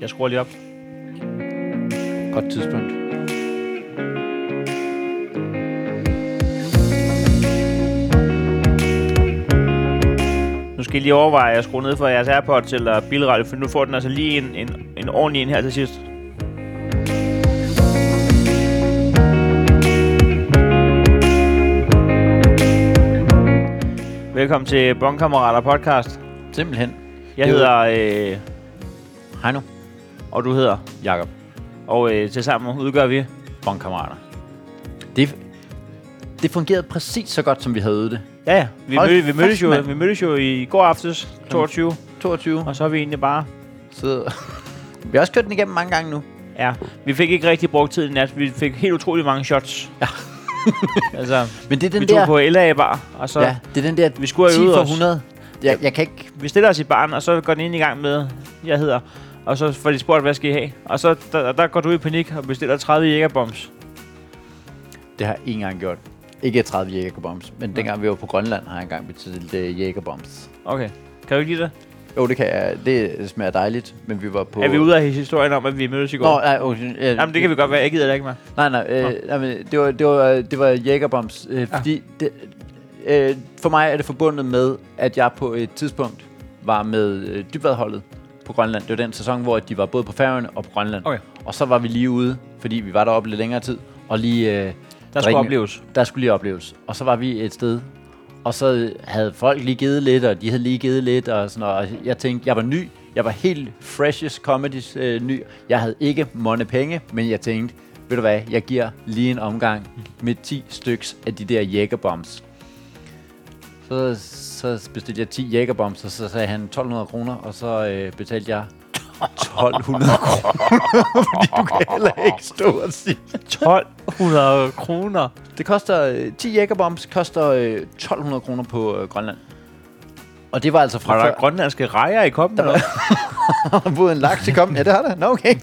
Jeg skruer lige op. Godt tidspunkt. Nu skal I lige overveje at skrue ned for jeres AirPods eller bilradio, for nu får den altså lige en, en, en ordentlig en her til sidst. Velkommen til Bonkammerater podcast. Simpelthen. Jeg Det hedder, øh, Hej nu, og du hedder, Jakob. og øh, til sammen udgør vi. Bondkammerater. Det, det fungerede præcis så godt, som vi havde øvet det. Ja, ja. Vi, Hold mød, vi, mødtes fast, jo, mand. vi mødtes jo i går aftes, 22, 22. og så har vi egentlig bare... Så vi har også kørt den igennem mange gange nu. Ja, vi fik ikke rigtig brugt tid i nat. Vi fik helt utrolig mange shots. Ja. altså, Men det er den vi der... tog på LA bar, og så... ja, det er den der Vi skulle have 10 øvet for os. 100. Jeg, jeg kan ikke... vi stiller os i baren, og så går den ind i gang med, jeg hedder, og så får de spurgt, hvad skal I have? Og så der, der går du i panik og bestiller 30 jægerbombs. Det har jeg ikke engang gjort. Ikke 30 jægerbombs, men dengang vi var på Grønland, har jeg engang bestilt uh, jægerbombs. Okay, kan du ikke lide det? Jo, det kan jeg. Det smager dejligt, men vi var på... På. Er vi ude af historien om, at vi mødtes i går? Nå, nej, okay, øh, Jamen, det kan vi godt være. Jeg gider det ikke mere. Nej, nej, øh, nej men det var, det var, det var jægerbombs, øh, fordi det, øh, for mig er det forbundet med, at jeg på et tidspunkt var med øh, dybvadholdet på Grønland. Det var den sæson, hvor de var både på Færøerne og på Grønland. Okay. Og så var vi lige ude, fordi vi var deroppe lidt længere tid, og lige... Øh, Der drikke- skulle opleves. Der skulle lige opleves. Og så var vi et sted, og så øh, havde folk lige givet lidt, og de havde lige givet lidt, og sådan noget. Og jeg tænkte, jeg var ny. Jeg var helt freshest comedies øh, ny. Jeg havde ikke mange penge, men jeg tænkte, ved du hvad, jeg giver lige en omgang med 10 styks af de der jækkerbombs. Så, så bestilte jeg 10 jækkerbombs, og så sagde han 1200 kroner, og så øh, betalte jeg 1200 kroner, fordi du kan heller ikke stå og sige 1200 kroner. det koster øh, 10 jækkerbombs, koster øh, 1200 kroner på øh, Grønland. Og det var altså Har fra der grønlandske rejer i koppen? Eller? hvad? før, hvor en laks til kom. Ja, det har der. Nå, okay.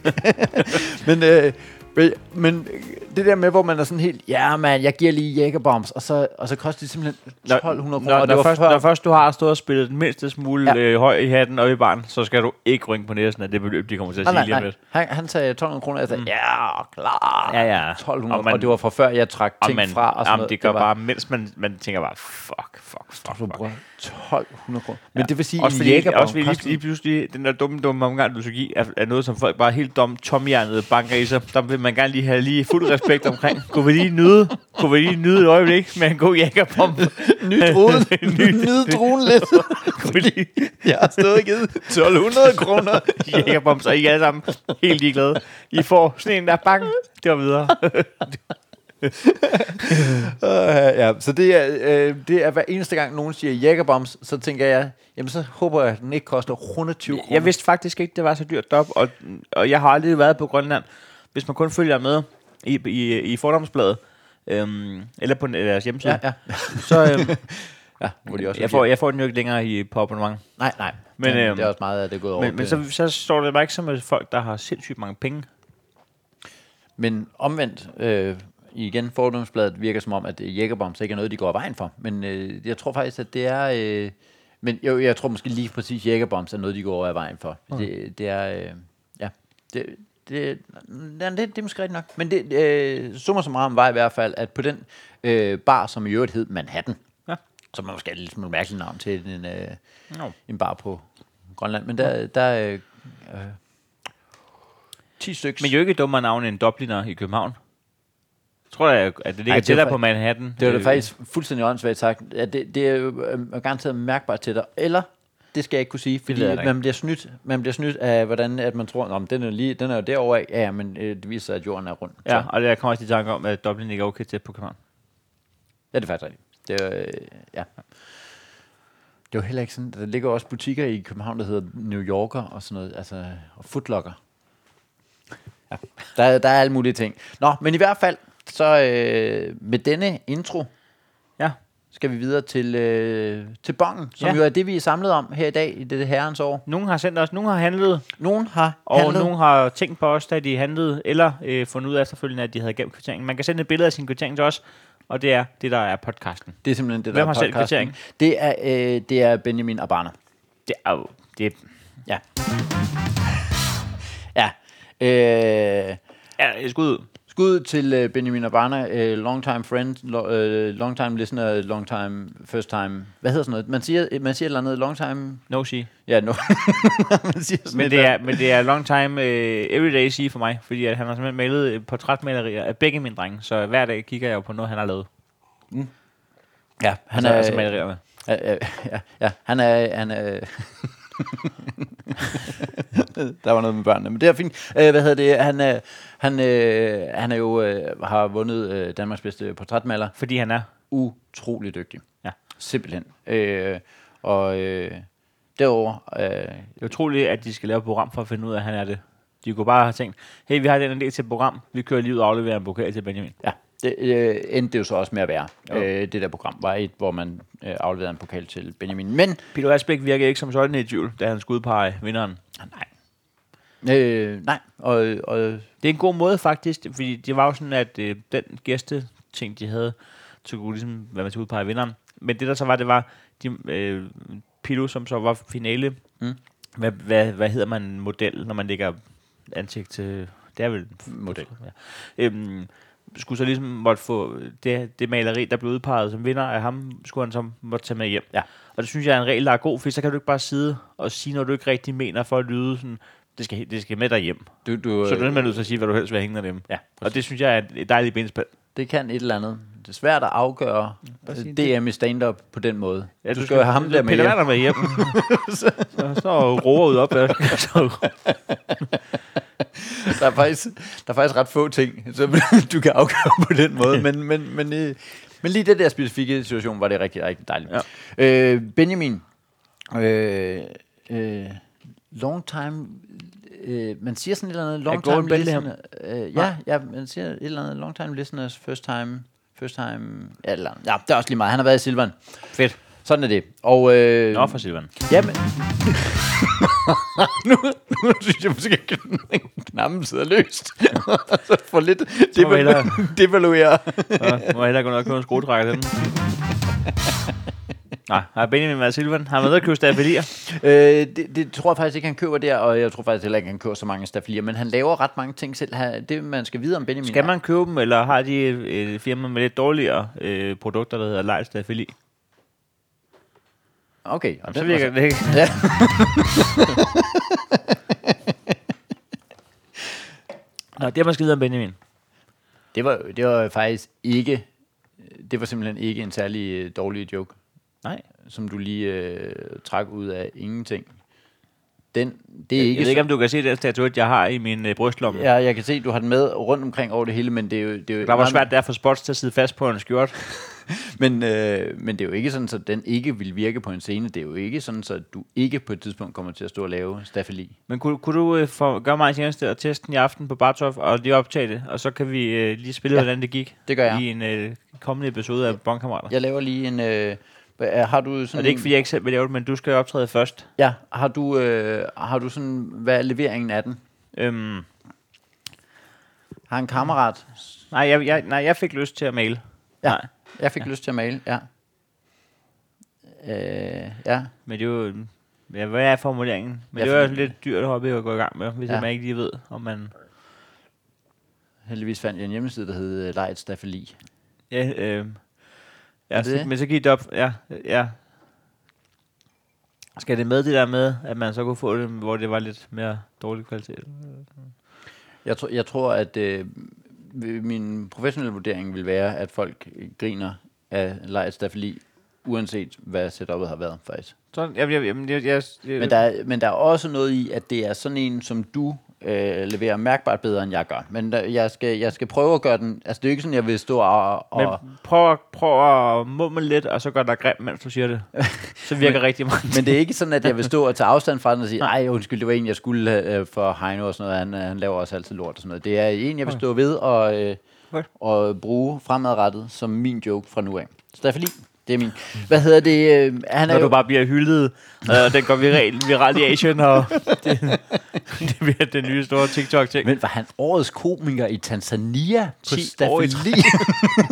men, øh, men- men øh, det der med, hvor man er sådan helt, ja mand, jeg giver lige jækkerbombs, og så, og så koster det simpelthen 1200 kroner. Når, og når, det først, før- når først du har stået og spillet den mindste smule Ja. ja. øh, høj i hatten og i baren, så skal du ikke rynke på næsen af det beløb, de kommer til at nej, sige nej, lige om nej. lidt. Mm. Han, han sagde 1200 kroner, jeg sagde, ja, klar. Ja, ja. 1200, Og og, man- det var fra før, jeg trak Og ting man, fra. Og sådan jamen, noget. det gør var- bare, mens man, man tænker bare, fuck, fuck, fuck, Du fuck. bruger 1200 kroner. Men det vil sige, Også en fordi, jækkerbomb også fordi lige, koster- lige pludselig, den der dumme, dumme omgang, du skal give, er, er noget, som folk bare helt dumt tomhjernet banker i sig. Der vil man gerne lige have lige fuld respekt omkring. Kunne vi lige nyde, kunne vi lige nyde et øjeblik med en god jækkerpomp? Ny drone. Ny- Ny drone lidt. Kunne vi lige Jeg har stadig givet 1200 kroner. jækkerpomp, så er I alle sammen helt ligeglade. I får sådan en der, bang, det var videre. Uh, ja, så det er, øh, det er hver eneste gang, nogen siger jækkerbombs, så tænker jeg, jamen så håber jeg, at den ikke koster 120 kroner. Jeg vidste faktisk ikke, det var så dyrt op, og, og jeg har aldrig været på Grønland. Hvis man kun følger med i, i, i fordomsbladet, øhm, eller på deres hjemmeside, Ja, ja. så... Øhm, ja må de også jeg, give- får, jeg får den jo ikke længere i, på abonnement. øh, Nej, nej. Men, Men, øhm, det er også meget af det er gået over. Men, men det. så, så står det bare ikke som at folk, der har sindssygt mange penge. men omvendt, øh, igen, fordomsbladet virker som om, at øh, jækkerbombs ikke er noget, de går af vejen for. Men øh, jeg tror faktisk, at det er... Øh, men jo, jeg tror måske lige præcis, jækkerbombs er noget, de går af vejen for. Det, det er... Øh, ja, det, det, ja, det, det er måske rigtigt nok. Men det, øh, summa summarum var i hvert fald, at på den øh, bar, som i øvrigt hed Manhattan, Ja. som er måske et lidt smule mærkeligt navn til en, øh, No. en bar på Grønland, men der, der øh, øh, 10 stykker. Men jo ikke dummere navn end Dubliner i København. Jeg tror jeg, at det ligger Ej, det er tættere fa- på Manhattan. Det var da Øh, faktisk fuldstændig åndssvagt sagt. Ja, det, det er jo øh, garanteret mærkbart til dig. Eller, det skal jeg ikke kunne sige, fordi ved jeg da ikke. man bliver, snydt, man bliver snydt af, hvordan at man tror, at den er, lige, den er jo derovre af. Ja, ja, men øh, det viser sig, at jorden er rund. Så, Ja, og jeg kommer også i tanke om, at Dublin ikke er okay tæt på København. ja, det er faktisk rigtigt. Det er, øh, ja. Det er jo heller ikke sådan. Der ligger jo også butikker i København, der hedder New Yorker og sådan noget. Altså, og footlocker. Ja, der, er- der er alle mulige ting. Nå, men i hvert fald, så øh, med denne intro, Ja, skal vi videre til, øh, til bongen, som Ja. ja. jo er det, vi er samlet om her i dag i dette herrens år. nogen har sendt os, nogen har handlet, Nogen har og handlet. nogen har tænkt på os, da de handlede, eller øh, fundet ud af efterfølgende, at de havde gemt kvitteringen. Man kan sende et billede af sin kvittering til os, og det er det, der er podcasten. Det er simpelthen det, der Hvem er har selv podcasten. kvitteringen? Det er, øh, det er Benjamin Abana. Det er jo... Det, Ja. Øh, Ja, et skud. skud til øh, Benjamin Urbana, øh, long time friend, lo, øh, long time listener, long time, first time. Hvad hedder sådan noget? Man siger, man siger et eller andet long time... No see. Ja, no. man siger sådan Men et det, eller- er, men det er long time øh, everyday see for mig, fordi at han har simpelthen malet øh, portrætmalerier af begge mine drenge, så hver dag kigger jeg jo på noget, han har lavet. Ja, Mm. han Han er, altså er... malerier med. Ja, ja, ja, ja, han er... Han er der var noget med børnene, men det er fint. Øh, hvad hedder det? Han, er, han, øh, han er jo øh, har vundet øh, Danmarks bedste portrætmaler. Fordi han er. Utrolig dygtig. Ja. Simpelthen. Øh, og øh, derover øh, Det er utroligt, at de skal lave et program for at finde ud af, at han er det. De kunne bare have tænkt, hey, vi har den idé til et program, vi kører lige ud og afleverer en bukett til Benjamin. Ja, det øh, endte det jo så også med at være. Jo. Øh, det der program var et, hvor man øh, afleverede en pokal til Benjamin. Men, Peter Asbæk virkede ikke som sådan i tvivl, da han skulle udpege vinderen. nej. Øh, nej, og, og Det er en god måde faktisk, fordi det var jo sådan, at øh, den gæste ting, de havde, så kunne ligesom være med til at udpege vinderen. Men det der så var, det var de, øh, Pilo, som så var finale. Mm. Hvad, hvad, hvad hedder man model, når man lægger ansigt til... Det er vel... model. Ja. Øhm, skulle så ligesom måtte få det, det maleri, der blev udpeget som vinder af ham, skulle han så måtte tage med hjem. Ja. Og det synes jeg er en regel, der er god, for så kan du ikke bare sidde og sige noget, du ikke rigtig mener, for at lyde sådan, det skal, det skal med dig hjem. Du, du, Så er du simpelthen nødt til at sige, hvad du helst vil hænge af dem. Ja, og det synes jeg er et dejligt benspænd. det kan et eller andet. Det er svært at afgøre øh, sige DM i stand-up på den måde. Ja, du, du skal jo have ham der med Peter hjem. Werner med hjem. så, så roer ud op. ja. Så, Der er, faktisk, der er faktisk ret få ting, som du kan afgøre på den måde. Men, men, men, øh, men lige det der specifikke situation var det rigtig, rigtig dejligt. Ja. Øh, Benjamin, øh, øh, long time... Øh, man siger sådan et eller andet long Gordon time Bellingham? listener. Øh, ja, ja, man siger et eller andet long time listeners first time... First time... Ja, eller, ja, det er også lige meget. Han har været i Silvan. fedt. Sådan er det. Og, øh, Nå for Silvan. Jamen... nu, nu synes jeg måske, at kn- knappen sidder løst. så for lidt må vi hellere- devalu- devaluere. Nå, må jeg hellere gå nok købe en skruetrækker til den. Nej, har Benjamin været i Silvan? Har han været ude at købe stafelier? øh, det, det, tror jeg faktisk ikke, han køber der, og jeg tror faktisk heller ikke, han køber så mange stafelier, men han laver ret mange ting selv. Han- Det, man skal vide om Benjamin. Skal man købe dem, eller har de et et firma med lidt dårligere øh, produkter, der hedder Leif Stafeli? Okay. Og Så den virker var det ikke. Nå, det har man skal vide om Benjamin. så- det, var, det var faktisk ikke... Det var simpelthen ikke en særlig øh, dårlig joke, Nej, som du lige øh, trak ud af ingenting. Den, det er jeg, ikke jeg ved så- ikke, om du kan se den statuet, jeg har i min øh, brystlomme. Ja, jeg kan se, du har den med rundt omkring over det hele, men det er jo... Det er jo Det var, hvor nej, svært det er for spots til at sidde fast på en skjort. Men, øh, men det er jo ikke sådan, så den ikke vil virke på en scene. Det er jo ikke sådan, så du ikke på et tidspunkt kommer til at stå og lave staffeli. Men kunne, kunne du øh, for, gøre mig en tjeneste og teste den i aften på Bartov og lige optage det, og så kan vi øh, lige spille, ja. hvordan det gik det gør jeg. i en øh, kommende episode af Bonkammerater. Ja. Jeg laver lige en... Øh, hva- er- har du sådan Og det er ikke, fordi jeg ikke selv vil lave det, men du skal jo optræde først. Ja, har du, øh, har du sådan... Hvad er leveringen af den? Øhm, Har en kammerat... nej, jeg, jeg, nej, jeg fik lyst til at male. Ja, Nej. jeg fik ja. lyst til at male, ja. Øh, ja. Men det er jo... øhm, Ja, hvad er formuleringen? Men Ja, det er jo for- lidt dyrt hobby at gå i gang med, hvis Ja. ja. man ikke lige ved, om man... Heldigvis fandt jeg en hjemmeside, der hed øh, Lej et staffeli. Ja, øh, Er ja det så, det? men så gik det op... Ja, ja. Skal det med det der med, at man så kunne få det, hvor det var lidt mere dårlig kvalitet? Jeg, tror, jeg tror, at øh, min professionelle vurdering vil være, at folk griner af Leif Staffeli, uanset hvad setupet har været, faktisk. Sådan, jamen, jeg, jamen, jeg, jeg, jeg, Men der, er, men der er også noget i, at det er sådan en, som du øh, leverer mærkbart bedre, end jeg gør. Men der, jeg, skal, jeg skal prøve at gøre den... Altså, det er jo ikke sådan, jeg vil stå og... og men, men prøv, at- prøv at mumle lidt, og så gør dig grim, mens du siger det. Så virker rigtig meget. men det er ikke sådan, at jeg vil stå og tage afstand fra den og sige, nej, undskyld, det var en, jeg skulle øh, for Heino og sådan noget. Han, øh, han laver også altid lort og sådan noget. Det er en, jeg vil stå ved og, øh, Okay. og bruge fremadrettet som min joke fra nu af. Stafeli, det er min. Hvad hedder det? Øh, han er Når jo, du bare bliver hyldet, og den går viral, viral i Asien, og det, det bliver den nye store TikTok-ting. Men var han årets komiker i Tanzania? På 10 år i Staffeli?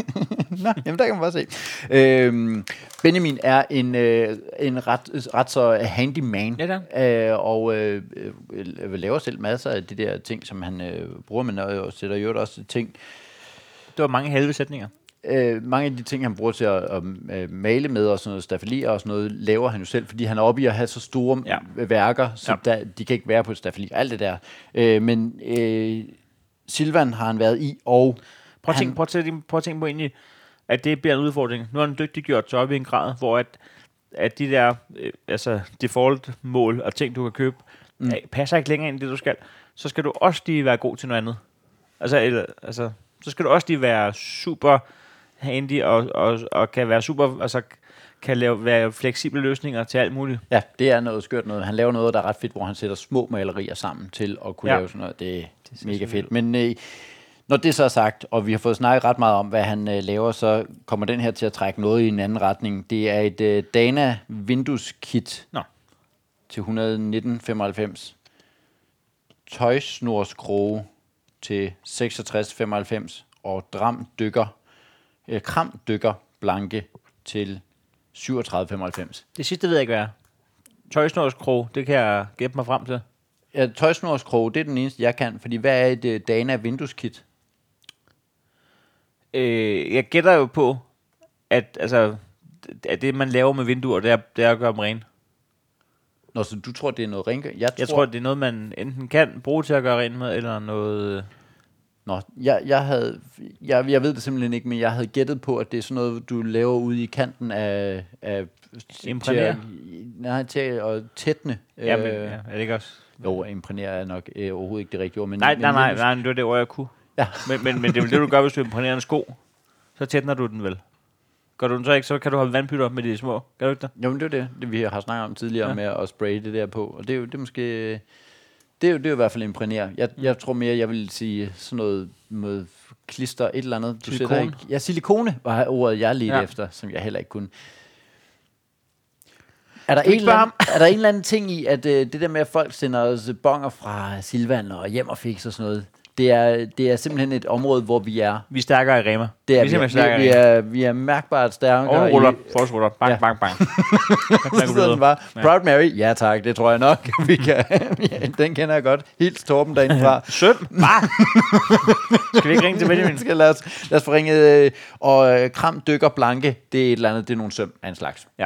Nå, jamen der kan man bare se. Øhm, Benjamin er en, øh, en ret, ret så handyman. Ja, øh, og øh, øh, laver selv masser af de der ting, som han øh, bruger, men øh, og sætter jo også ting. Det var mange halve sætninger. Øh, mange af de ting, han bruger til at, at øh, male med og sådan noget, stafelier og sådan noget, laver han jo selv, fordi han er oppe i at have så store Ja. ja. værker, så ja. der, de kan ikke være på et stafeli og alt det der. Øh, men øh, Silvan har han været i, og Prøv at, han- tænke, prøv, at tænke, prøv at tænke på egentlig, at det bliver en udfordring. Nu er han dygtiggjort sig op i en grad, hvor at, at de der øh, altså default-mål og ting, du kan købe, mm. passer ikke længere ind i det, du skal. Så skal du også lige være god til noget andet. Altså, eller, altså så skal du også lige være super handy og, og, og kan være super, altså kan lave, være fleksible løsninger til alt muligt. Ja, det er noget skørt noget. Han laver noget, der er ret fedt, hvor han sætter små malerier sammen til at kunne Ja. ja. lave sådan noget. Det er mega fedt. Men øh, når det så er sagt, og vi har fået snakket ret meget om, hvad han øh, laver, så kommer den her til at trække noget i en anden retning. Det er et øh, Dana Windows Kit Nå. til 119,95. Tøjsnorskrog til 66,95. Og dram dykker, øh, kram dykker blanke til 37,95. Det sidste ved jeg ikke, hvad er. Tøjsnorskrog, det kan jeg gætte mig frem til. Ja, tøjsnorskrog, det er den eneste, jeg kan, fordi hvad er et øh, Dana vindueskit? Øh, jeg gætter jo på, at, altså, at det, man laver med vinduer, det er, det er at gøre dem rene. Nå, så du tror, det er noget rengøring? Jeg tror, Jeg tror, det er noget, man enten kan bruge til at gøre rent med, eller noget... øh, Nå, jeg, jeg, havde, jeg, jeg ved det simpelthen ikke, men jeg havde gættet på, at det er sådan noget, du laver ude i kanten af... af til Imprægnere? at, nej, til at tætne. Øh, jamen, ja, er det ikke også? Jo, imprænere er nok øh, overhovedet ikke det rigtige ord. Men, Nej, men nej, nej, vindues- nej, det var det ord, jeg kunne. Ja. Men, men, men det er vel det, du gør, hvis du imprægnerer en sko. Så tætner du den vel. Gør du den så ikke, så kan du holde vandpytter med de små. Gør du ikke det? Jo, men det er jo det, det, vi har snakket om tidligere Ja. ja. med at spraye det der på. Og det er jo det er måske... Det er jo, det er jo i hvert fald imprægnere. Jeg, Mm. jeg tror mere, jeg vil sige sådan noget med klister, et eller andet. Du Silikone. sætter ikke, ja, silikone var ordet, jeg lige Ja. ja. efter, som jeg heller ikke kunne. Er der, Skal vi en ikke eller, spørge anden, er der en eller anden ting i, at øh, det der med, at folk sender os bonger fra Silvan og hjem og fix og sådan noget, det er, det er simpelthen et område, hvor vi er. Vi er stærkere i Rema. Det er, vi er simpelthen vi, stærkere vi, vi, er, vi er mærkbart i stærkere. Rema. i- Ovenruller, forsruller, bang, Ja. bang, bang. så sidder den bare, Proud Mary, ja tak, det tror jeg nok, vi kan. ja, den kender jeg godt. Hils Torben derindefra. Søm, bare. Skal vi ikke ringe til Benjamin? Skal lad, os, lad os få ringet, øh, og øh, kram dykker blanke, det er et eller andet, det er nogle søm af en slags. Ja.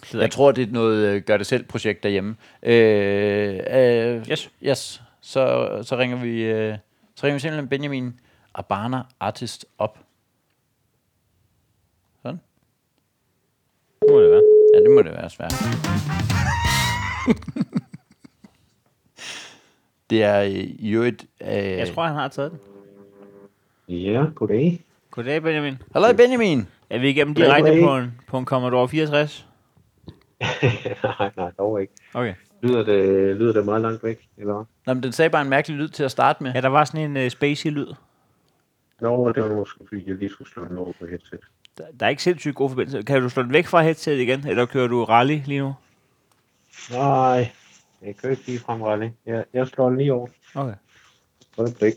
Det ved Jeg tror, det er noget øh, gør-det-selv-projekt derhjemme. Øh, øh, Yes. Yes, så, så, ringer vi, øh, så ringer vi simpelthen Benjamin Abana Artist op. Sådan. Nu må det være. Ja, det må det være svært. det er øh, i øvrigt... Øh, Jeg tror, han har taget den. Ja, goddag. Goddag, Benjamin. Hallo Benjamin! Er vi igennem Goddag, direkte goddag. på en, på en Commodore 64? nej, nej, dog ikke. Okay. Lyder det, lyder det meget langt væk, eller hvad? Nå, men den sagde bare en mærkelig lyd til at starte med. Ja, der var sådan en uh, spacey-lyd. Nå, det var måske, fordi jeg lige skulle slå den over på headset. Der, der er ikke sindssygt god forbindelse. Kan du slå den væk fra headset igen, eller kører du rally lige nu? Nej, jeg kan ikke lige frem, Rally. Jeg, jeg slår den lige over. Okay. Øjeblik.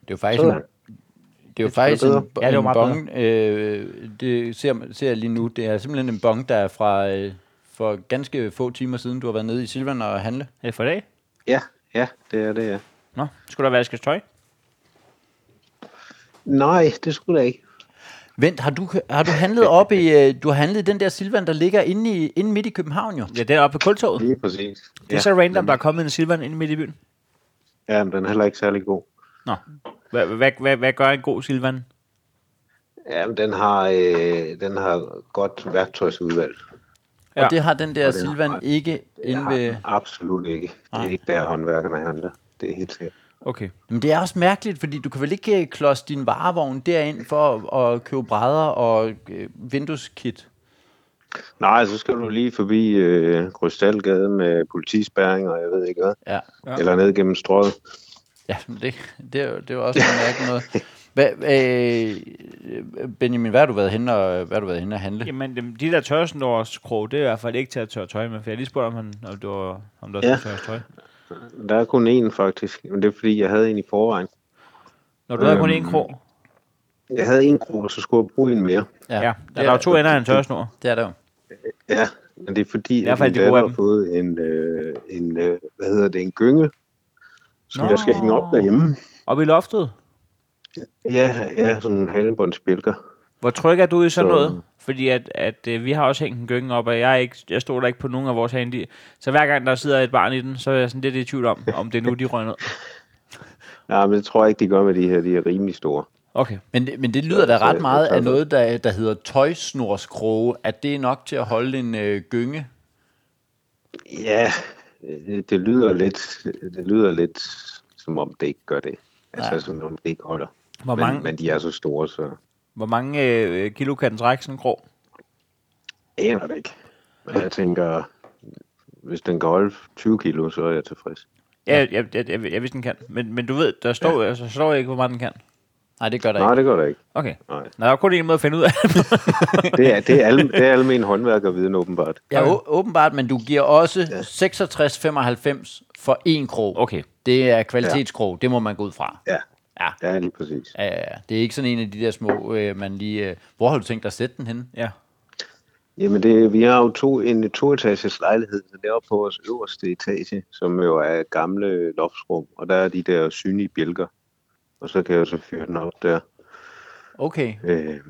Det er jo faktisk en, det er jo faktisk en, bedre. bo- Ja, det var en meget bong, øh, det ser, ser jeg lige nu, det er simpelthen en bong, der er fra øh, for ganske få timer siden, du har været nede i Silvan og handle. Er det for i dag? Ja, ja, det er det, ja. Nå, skulle der vaskes tøj? Nej, det skulle jeg ikke. Vent, har du, har du handlet op i, øh, du har handlet i den der Silvan, der ligger inde, i, inde midt i København jo? Ja, den er oppe på kultoget. Lige præcis. Det er så random, der er kommet en Silvan ind midt i byen. Ja, men den er heller ikke særlig god. Nå, hvad, hvad, hvad, hvad gør en god Silvan? Ja, men den har, øh, den har godt værktøjsudvalg. Ja. Ja. Og det har den der Og den har- Silvan ikke inde har øh, ved... den absolut ikke. Det er ikke der, håndværkerne handler. Det er helt sikkert. Okay. Men det er også mærkeligt, fordi du kan vel ikke øh, klodse din varevogn derind for at, at købe brædder og øh, vindueskit. Nej, så skal du lige forbi øh, Krystalgade med politispæring, og jeg ved ikke hvad. Ja, Ja. Ja. Eller ned gennem strøget. ja men det, det, er, jo- det er jo også noget mærkeligt noget. Hvad, øh, Benjamin, hvad har du været henne og, hvad har du været henne at handle? Jamen. Jamen, dem, de der tørresnorskrog, det er i hvert fald ikke til at tørre tøj med, for jeg lige spurgte, om, han, om, det var, om der var Ja. ja. tørres tøj. Der er kun én faktisk, men det er fordi, jeg havde en i forvejen. Når du øhm. havde kun Øhm. én krog, Jeg havde en krog, så skulle jeg bruge en mere. Ja, ja der, der er jo to ender af en tørresnor. Det er der jo. Ja, men det er fordi, hvert at fald min de gode datter af har dem. fået en, øh, en øh, hvad hedder det, en gynge, som Nå. jeg skal hænge op derhjemme. Oppe i loftet. Ja, ja, sådan en halvbåndsbjælker. Hvor tryg er du i sådan Så- noget? Fordi at, at øh, vi har også hængt en gynge op, og jeg, er ikke, jeg stoler ikke på nogen af vores handy. Så hver gang der sidder et barn i den, så er jeg sådan lidt i tvivl om, om det er nu, de røg ned. Nej, men det tror jeg ikke, de gør med de her. De er rimelig store. Okay. Men, det- men det lyder da så ret jeg meget tager af det. noget, der, der hedder tøjsnorskroge, at det er nok til at holde en øh, gynge. Ja, øh, det lyder lidt, det lyder lidt som om det ikke gør det. Altså, Ja. som om det ikke holder. Hvor men, mange- men de er så store, så Hvor mange øh, kilo kan den trække sådan en krog? jeg aner det ikke. Men jeg tænker, hvis den kan holde 20 kilo, så er jeg tilfreds. Ja, jeg, jeg, jeg, jeg, jeg vidste, den kan. Men, men du ved, der står, ja. altså, står ikke, hvor meget den kan. Nej, det gør der Nej, ikke. det gør der ikke. Okay. Nej. Nej. Nå, der er kun en måde at finde ud af det. Det er, det er, al, det er almen håndværkerviden åbenbart. Ja, å- åbenbart, men du giver også ja. 66,95 for en krog. Okay. Det er kvalitetskrog, det må man gå ud fra. Ja, Ja. ja lige præcis. Ja, ja, ja. Det er ikke sådan en af de der små, øh, man lige... Øh, hvor har du tænkt dig at sætte den henne? Ja. Jamen, det, vi har jo to, en toetages lejlighed, så det er oppe på vores øverste etage, som jo er gamle loftsrum, og der er de der synlige bjælker. Og så kan jeg jo så fyre den op der. Okay. Øh,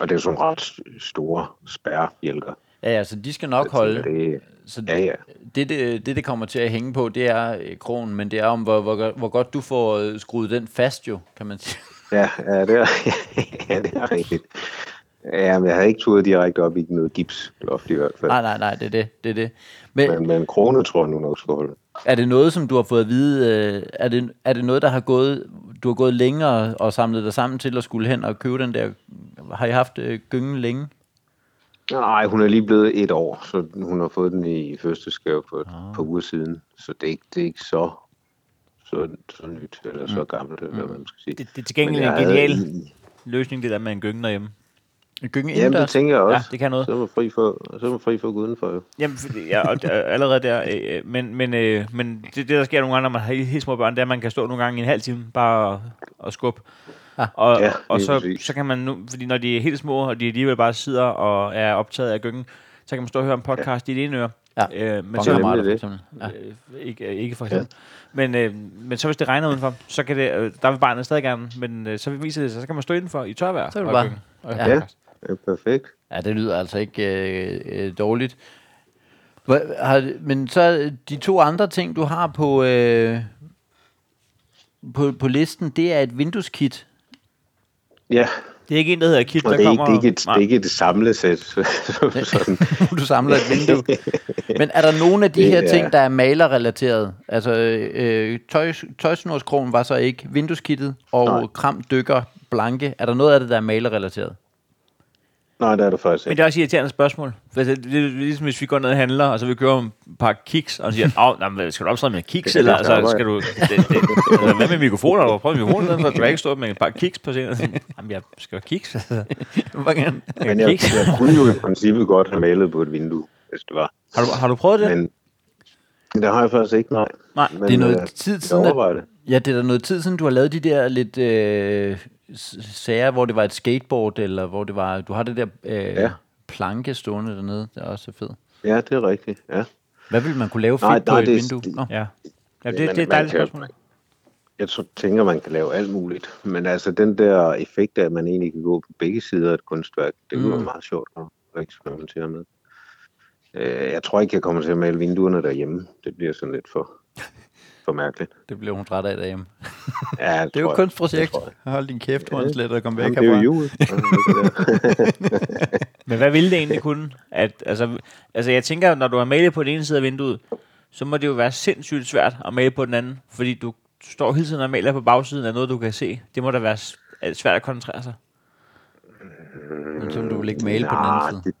og det er jo sådan ret s- store spærrebjælker. Ja, ja, så de skal nok Jeg tænker, holde. Det, Så ja, ja. Det, det, det, det kommer til at hænge på, det er øh, krogen, men det er om, hvor, hvor, go- hvor godt du får øh, skruet den fast jo, kan man sige. Ja, ja, det er, ja, det er rigtigt. Ja, men jeg havde ikke turet direkte op i noget gipsloft i hvert fald. nej, nej, nej, det er det. det, er det. Men Men, men krone tror jeg nu nok skal holde. er det noget, som du har fået at vide, øh, er det, er det noget, der har gået, du har gået længere og samlet dig sammen til at skulle hen og købe den der, har I haft øh, gyngen længe? Nej, hun er lige blevet et år, så hun har fået den i første skæv for et ah. par uger siden. Så det er ikke, det er ikke så, så, så nyt, eller så gammelt, eller hvad man skal sige. Mm. Det, det er til Men gengæld jeg en havde genial en- løsning, det der med en gynge derhjemme. En gynge Jamen, det indendørs? tænker jeg også. Ja, det kan noget. Så er man fri for, så er man fri for udenfor. jo. Jamen, fordi, ja, og, og allerede der. Øh, øh, men men, øh, men det, det, der sker nogle gange, når man har helt, helt små børn, det er, at man kan stå nogle gange i en halv time bare og, og skubbe. Ah, og Ja, og lige så, præcis. så kan man nu, fordi når de er helt små, og de alligevel bare sidder og er optaget af gyngen, så kan man stå og høre en podcast ja. i det ene øre. Ja. Øh, men Bonkammerater, så, Bonkammerater. nemlig for det. eksempel. Ja. Øh, ikke, øh, ikke for eksempel. Ja. Men, øh, men så hvis det regner udenfor, så kan det, øh, der vil barnet stadig gerne, men øh, så viser det sig, så kan man stå indenfor i tørvejr. Så er det og bare- gynge. Og Ja. Ja, podcast. ja perfekt. Ja, det lyder altså ikke øh, øh, dårligt. Hva, har, men så de to andre ting, du har på, øh, på, på listen, det er et Windows-kit. Ja, Det er ikke en, der hedder Kit, og der det er, ikke, kommer... det, er ikke et, det Nej. er ikke et samlesæt. som sådan. du samler et vindue. Men er der nogen af de Det her er- ting, der er malerrelateret? Altså, øh, tøj, tøjsnorskrogen var så ikke vindueskittet, og Nej. kram dykker blanke. Er der noget af det, der er malerrelateret? Nej, det er det faktisk Men ikke. det er også et irriterende spørgsmål. For det, det, det, er ligesom hvis vi går ned og handler, og så vi køber en par kiks, og siger, Åh, nej, men skal du optræde med kiks, kan eller jeg ikke altså, arbejde. skal du... Det, det, altså, hvad med mikrofoner? Du har prøvet mikrofoner, så skal jeg ikke stå med et par kiks på scenen. Sådan, Jamen, jeg skal have kiks. altså. Men jeg, kiks. jeg kunne jo i princippet godt have malet på et vindue, hvis det var. Har du, har du prøvet det? Men det har jeg faktisk ikke, nej. Nej, men, det er noget øh, tid jeg siden, at- overvejer det. Ja, det er da noget tid siden, du har lavet de der lidt øh, s- sager, hvor det var et skateboard, eller hvor det var... Du har det der øh, ja. Ja. planke stående dernede, der er også er fedt. Ja, det er rigtigt, ja. Hvad ville man kunne lave fedt Nej, på nej, et det- vindue? det- Nå. Ja. ja det, Jamen, det, er et man dejligt kan jo- spørgsmål. Jeg tror- tænker, man kan lave alt muligt. Men altså, den der effekt af, at man egentlig kan gå på begge sider af et kunstværk, det kunne mm. være meget sjovt at eksperimentere med. Øh, Jeg tror ikke, jeg kommer til at male vinduerne derhjemme. Det bliver sådan lidt for, for mærkeligt. Det blev hun træt af derhjemme. Ja, Det er jo et kunstprojekt. Det tror jeg. Hold din kæft, Horns Let, og kom væk Jamen, det er jo herfra. jul. Ja, det er det. Men hvad ville det egentlig kunne? At, altså, altså, jeg tænker, når du har malet på den ene side af vinduet, så må det jo være sindssygt svært at male på den anden, fordi du står hele tiden og maler på bagsiden af noget, du kan se. Det må da være s- er svært at koncentrere sig. Men så vil du vil ikke male på den anden Nej, side. Det,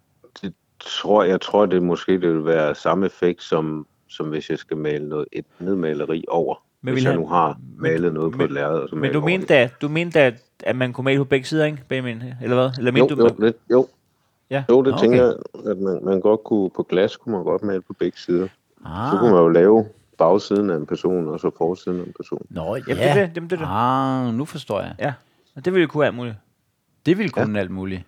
det tror, jeg tror, det måske det vil være samme effekt, som, som hvis jeg skal male noget, et nedmaleri over. Men Men hvis vil jeg han- nu har malet noget på men- et lærred. og så Men maler du over mente, da, det. du mente da, at man kunne male på begge sider, ikke, Benjamin? Eller hvad? Eller Jo, mente du... jo, lidt, jo. Ja. Jo, det Ah, okay. okay. tænker jeg, at man, man godt kunne, på glas kunne man godt male på begge sider. Så Ah, kunne man jo lave bagsiden af en person, og så forsiden af en person. nå, ja. Jamen, det er det, jamen, det er det. Ah, nu forstår jeg. Ja. Og det ville jo kunne være alt muligt. Det ville kunne ja. alt muligt.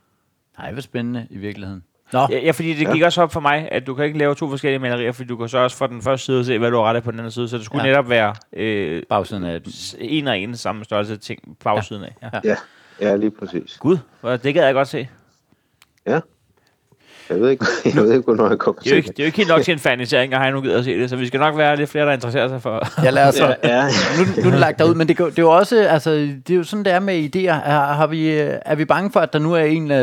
Nej, hvor spændende i virkeligheden. Nå, Ja, ja fordi det Ja. gik også op for mig, at du kan ikke lave to forskellige malerier, fordi du kan så også fra den første side se, hvad du har rettet på den anden side. Så det skulle Ja. ja. netop være øh, bagsiden af den. s- en og en samme størrelse ting på bagsiden af. Ja. Ja, ja lige præcis. Gud, hvor- det gad jeg godt se. Ja. Jeg ved ikke, jeg ved ikke hvornår jeg kommer Det er jo ikke, det er jo ikke helt nok til en fanisering, og har jeg nu gider at se det, så vi skal nok være lidt flere, der interesserer sig for... Jeg lader så, Ja, ja. nu, nu er det lagt derud, men det, går- det er jo også, altså, det er jo sådan, det er med idéer. Er, har vi, øh, er vi bange for, at der nu er en uh,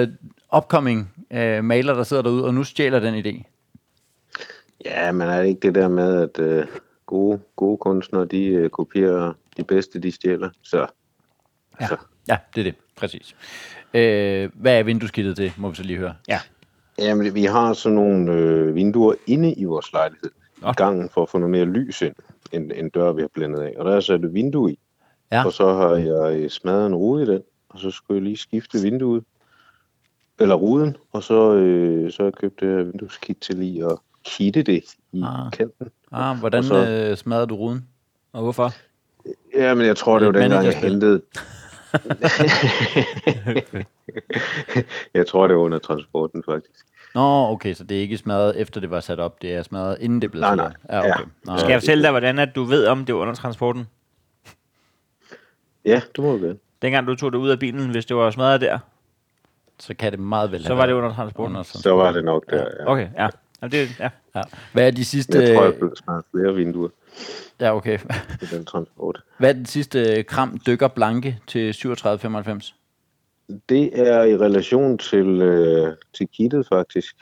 upcoming uh, maler, der sidder derude, og nu stjæler den idé? Ja, men er det ikke det der med, at øh, gode, gode kunstnere, de øh, kopierer de bedste, de stjæler? Så Ja, Så. ja det er det, præcis. Øh, hvad er vindueskittet til, må vi så lige høre. Ja. jamen, vi har sådan nogle øh, vinduer inde i vores lejlighed. Nå. I gangen for at få noget mere lys ind, end, end dør, vi har blændet af. Og der er sat et vindue i. Ja. Og så har jeg øh, smadret en rude i den, og så skulle jeg lige skifte vinduet. Eller ruden, og så, øh, så har jeg købt det her vindueskit til lige at kitte det i Ah. kanten. Ah, hvordan Og så- øh, smadrede du ruden? Og hvorfor? Ja, men jeg tror, det var Lidt dengang, jeg managerspil. hentede... jeg tror, det var under transporten, faktisk. Nå, okay, så det er ikke smadret, efter det var sat op. Det er smadret, inden det blev Nej, sat nej. op. Ja, okay. Ja. Nå, Skal jeg fortælle dig, hvordan at du ved, om det var under transporten? Ja, det må du gerne. Dengang du tog det ud af bilen, hvis det var smadret der, Så kan det meget vel så have var det været under transporten. under Så var det nok der, ja. Okay, ja. Jamen, det, ja. Ja. Hvad er de sidste... Jeg tror, jeg blev smadret flere vinduer ja, okay. i den transport. Hvad er den sidste øh, kram dykker blanke til 37,95? Det er i relation til, øh, til kittet, faktisk.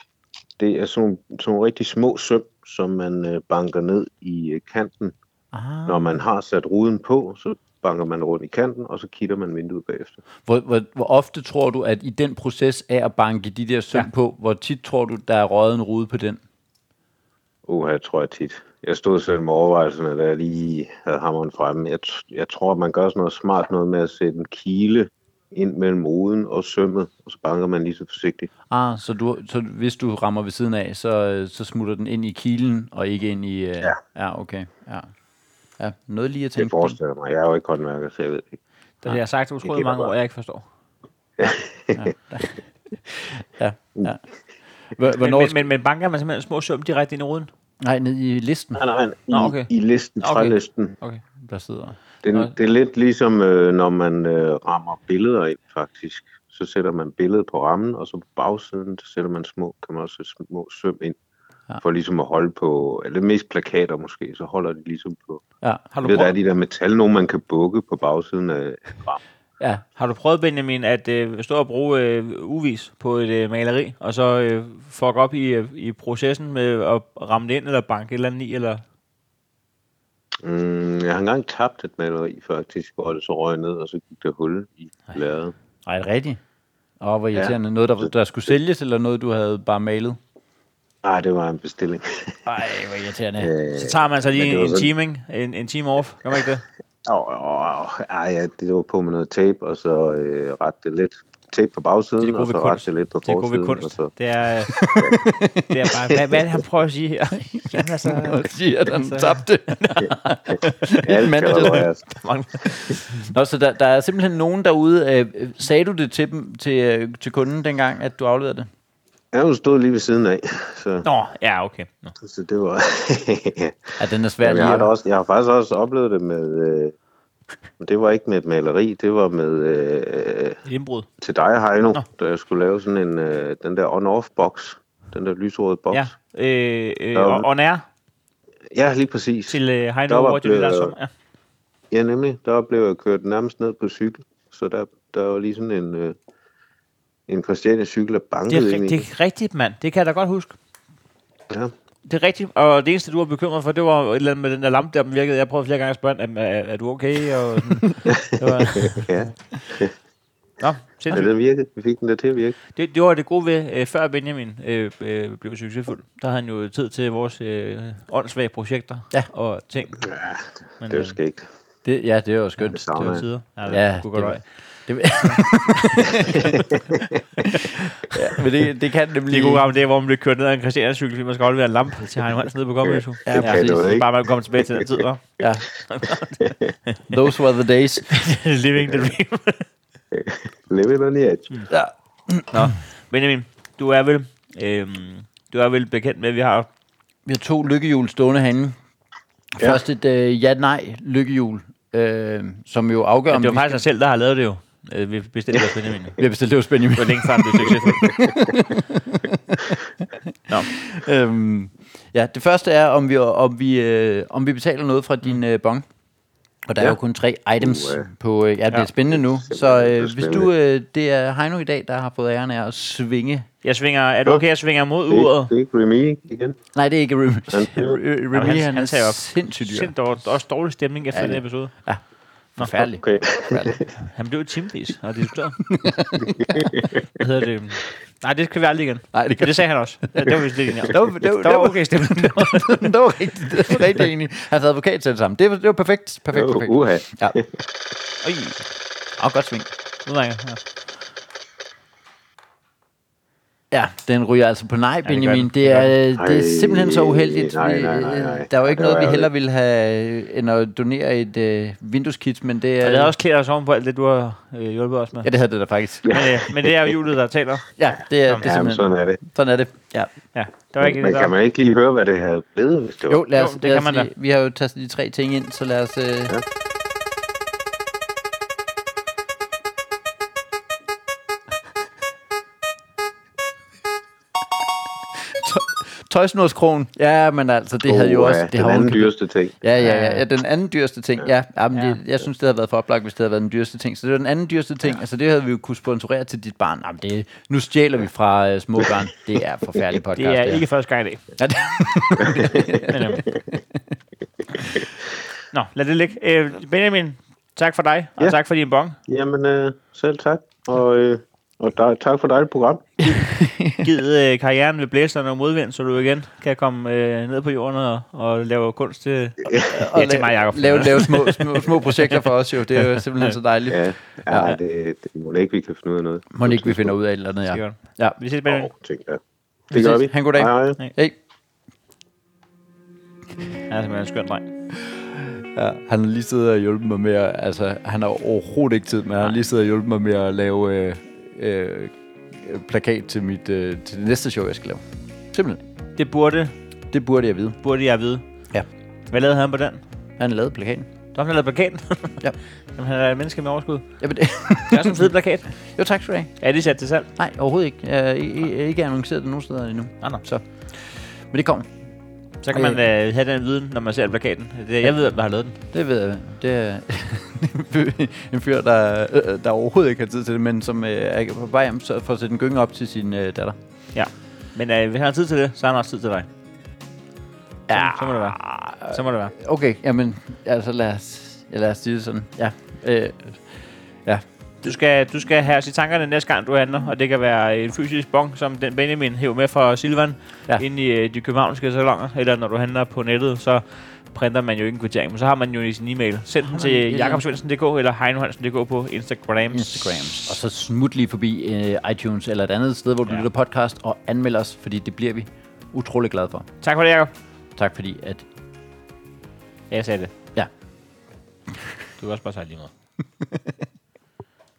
Det er sådan, nogle- sådan nogle rigtig små søm, som man øh, banker ned i øh, kanten. Ah. Når man har sat ruden på, så banker man rundt i kanten, og så kitter man vinduet bagefter. Hvor, hvor, hvor ofte tror du, at i den proces af at banke de der søm ja. på, hvor tit tror du, der er røget en rude på den? Uha, jeg tror jeg tit. Jeg stod selv med overvejelserne, da jeg lige havde hammeren fremme. Jeg, t- jeg tror, at man gør sådan noget smart noget med at sætte en kile ind mellem ruden og sømmet, og så banker man lige så forsigtigt. Ah, så, du, så hvis du rammer ved siden af, så, øh, så smutter den ind i kilen, og ikke ind i... Øh, ja. Ja, okay. Ja. ja, noget lige at Det tænke på. forestiller jeg mig. Jeg er jo ikke håndværker, så jeg ved det ikke. Det har jeg sagt utrolig gælder mange ord, bare. jeg ikke forstår. Ja, Uh. ja. Hvor- Men, Hvornår men, men, men banker man simpelthen små sum direkte ind i ruden? Nej, ned i listen, Nej, nej, i, Nå, okay. i listen, Okay. trælisten. Okay. der sidder. Det, Nå. det er lidt ligesom, øh, når man øh, rammer billeder ind, faktisk. Så sætter man billedet på rammen, og så på bagsiden, så sætter man små, kan man også sætte små søm ind. Ja. Ja. For ligesom at holde på, eller mest plakater måske, så holder de ligesom på. Ja, Har Du du, ved, der er prøvet, de der metal, nogen man kan bukke på bagsiden af rammen. ja. har du prøvet, Benjamin, at øh, stå og bruge øh, uvis på et øh, maleri, og så øh, fuck op i, øh, i processen med at ramme det ind, eller banke et eller andet i, eller... Mm, jeg har engang tabt et maleri, faktisk, hvor det så røg ned, og så gik der hul i lærredet. Nej, er det rigtigt? Åh, hvor irriterende. Noget, der, der skulle sælges, eller noget, du havde bare malet? Nej, det var en bestilling. Nej, hvor irriterende. Øh, Så tager man så men lige det var en, en sådan- time, ikke? En, en time off, gør man ikke det? Åh, oh, ej, ja, det var på med noget tape, og så øh, rette det lidt tape på bagsiden, Det er og gode så ved rette kunst. det lidt altså. på Det er gode ved forsiden. og kunst. så, Det er, øh, det er bare, hvad, hvad er det, han prøver at sige her? Jamen, altså, Og siger, at han Altså- tabte. alt kan manager. repareres. der mangler, Nå, så der, der er simpelthen nogen derude. Øh, øh, sagde du det til dem, til, øh, til kunden dengang, at du afleverede det? Ja, hun stod lige ved siden af, så, Nå, ja, okay. Nå. så det var... Ja, den er svær Jamen, lige jeg, har at- da også, jeg har faktisk også oplevet det med... Øh, men det var ikke med et maleri, det var med øh, Et Indbrud. til dig, Heino, da jeg skulle lave sådan en, øh, den der on-off-box, den der lysrøde boks. Ja. Øh, øh, Der var- og, og nær ja, lige præcis. til øh, Heino Der var over det der blevet- som ja. Ja, nemlig. Der blev jeg kørt nærmest ned på cykel, så der, der var lige sådan en, øh, en Christiania cykel, der Det bankede er, ind ri- i. det er rigtigt, mand. Det kan jeg da godt huske. Ja. Det er rigtigt, og det eneste, du var bekymret for, det var et eller andet med den der lampe, der den virkede. Jeg prøvede flere gange at spørge, ham, er, er, er du okay? Og sådan. det var, ja. nå, ja, sindssygt. den virkede. Vi fik den der til at virke. Det, det var det gode ved, øh, før Benjamin øh, øh, blev succesfuld. Der havde han jo tid til vores øh, åndssvage projekter Ja. og ting. Men, øh, Det var skægt. det, ja, det er jo skønt. Det savner det var jeg. tider. Ja, det Ja, kunne godt være. det, ja, men det, det kan nemlig... Det er gode gamle dage, hvor man blev kørt ned af en Christiania cykel, fordi man skal aflevere en lampe til Heino Hansen nede på Gommeløsu. Ja, det kan du præcis. ikke. Bare man kommer tilbage til den tid, hva'? Ja. Those were the days. Living the dream. Level on the edge. Ja. Nå, Benjamin, du er vel, øhm, du er vel bekendt med, at vi har... Vi har to lykkehjul stående herinde. Ja. Først et øh, ja-nej lykkehjul, øh, som jo afgør, om Det var vi, faktisk os selv, der har lavet det jo. Øh, vi bestilte os Benjamin. vi har bestilt det spændende. Det var længe før, han blev succesfuld. Nå, øhm, ja, det første er, om vi, om vi, øh, om vi betaler noget fra din øh, bong. Og der ja. er Ja. jo kun tre items Uh, uh, på... Øh, ja, det er ja. spændende nu. Det er Så øh, spændende. hvis du... Øh, det er Heino i dag, der har fået æren af at svinge... jeg svinger, er det okay, jeg svinger mod uret? Det, det er ikke Remy igen. Nej, det er ikke Remy. Remy, Jamen, han, han- han, han tager er jo sindssygt dyr. Sindt, der var også dårlig stemning efter Ja, ja, det- den episode. Forfærdelig. Okay. Han blev i timevis og diskuteret. Hvad hedder det? Nej, det kan vi aldrig igen. Nej, det For kan det sagde han også. Ja, det var vi slet ikke enige om. Det var, det Der var, det var var, okay stemning. det var rigtig, det var rigtig enig. Hans advokat sagde det samme. Det var, det var perfekt. Perfekt, Åh, perfekt. Uha. Ja. Øj, Og godt sving. udmærket. Ja. Ja, den ryger altså på nej, gør Benjamin. den. det, er, øh, det er Ej, simpelthen så uheldigt. nej, Vi, nej, nej, øh, nej. Der er jo ikke Det noget, var vi ærgerligt. hellere ville have, øh, end at donere et øh, vindueskit, men det er... Og det havde også klædt os oven på alt det, du har øh, hjulpet os med. Ja, det havde det da faktisk. Men, øh, men det er jo julet, der taler. Ja, det er, det er Jamen, simpelthen... sådan er det. Sådan er det. Ja. Ja, der var ikke Men, det men der. kan man ikke lige høre, hvad det havde blevet, hvis det var? Jo, lad os, Jo, det lad kan os man lige, da. vi har jo tastet de tre ting ind, så lad os... Øh, ja. Tøjsnodskrogen. Ja, men altså, det havde jo Uha, også... den har anden ovenikøbet- dyreste ting. Ja, ja, ja, ja. Den anden dyreste ting. Ja, ja, men Øh. Ja. Det, jeg synes, det havde været for oplagt, hvis det havde været den dyreste ting. Så det var den anden dyreste ting. Altså, det havde vi jo kunne sponsorere til dit barn. Jamen, det, nu stjæler vi fra uh, små børn. Det er forfærdelig podcast. Det er her. ikke første gang i dag. Ja, det, Men, øhm. Nå, lad det ligge. Øh, Benjamin, tak for dig, og Ja. tak for din bong. Jamen, øh, selv tak. Og, øh, og der, tak for dig, program. Giv øh, karrieren ved blæserne og modvind, så du igen kan komme øh, ned på jorden og, og lave kunst til, ja, til mig, Jacob. lave, lave små, små, små projekter for os jo. Det er jo simpelthen så dejligt. Ja, ja, ja. Det, det må det ikke, vi kan finde ud af noget. Må ikke, vi finder ud af et eller andet, ja. Sikkert. ja. Vi ses, Benjamin. Åh, tænker jeg. Vi Det gør ses. vi. Ha' en god dag. Hej, hej. Hey. Han er simpelthen en skøn dreng. Ja, han har lige siddet og hjulpet mig med at, altså han har overhovedet ikke tid, men han har lige siddet og hjulpet mig med at lave øh, øh, plakat til, mit, øh, til det næste show, jeg skal lave. Simpelthen. Det burde, Det burde jeg vide. burde jeg vide. Ja. Hvad lavede han på den? Han lavede plakaten. Der har lavet plakaten. Ja. Jamen, han er et menneske med overskud. Jamen, det, Det er også en fed plakat. jo, tak skal du have. Er de sat til salg? Nej, overhovedet ikke. Jeg har ikke- ikke annonceret det nogen steder endnu. Nej, nej. Så. Men det kommer. Så kan man øh, have den viden, når man ser plakaten. Det, jeg ved, hvem der har lavet den. Det ved jeg. Det er en fyr, der, øh, der overhovedet ikke har tid til det, men som øh, er på vej hjem så- for at sætte en gynge op til sin øh, datter. Ja. Men øh, hvis han har tid til det, så har han også tid til dig. Så, Ja. så må det være. Så må det være. Okay, jamen, altså lad os, ja, lad os sige det sådan. Ja, øh, ja. Du skal, du skal have os i tankerne næste gang, du handler, og det kan være en fysisk bong, som den Benjamin hæv med fra Silvan Ja. ja. ind i øh, de københavnske salonger, eller når du handler på nettet, så printer man jo ikke en kvittering, men så har man jo i sin e-mail. Send den man en- til jakobsvendsen.dk eller heinohansen.dk på Instagram. Instagrams. Og så smut lige forbi øh, iTunes eller et andet sted, hvor du ja. Ja. lytter podcast, og anmeld os, fordi det bliver vi utrolig glade for. Tak for det, Jacob. Tak fordi, at Ja, jeg sagde det. Ja. Du kan også bare sige lige noget.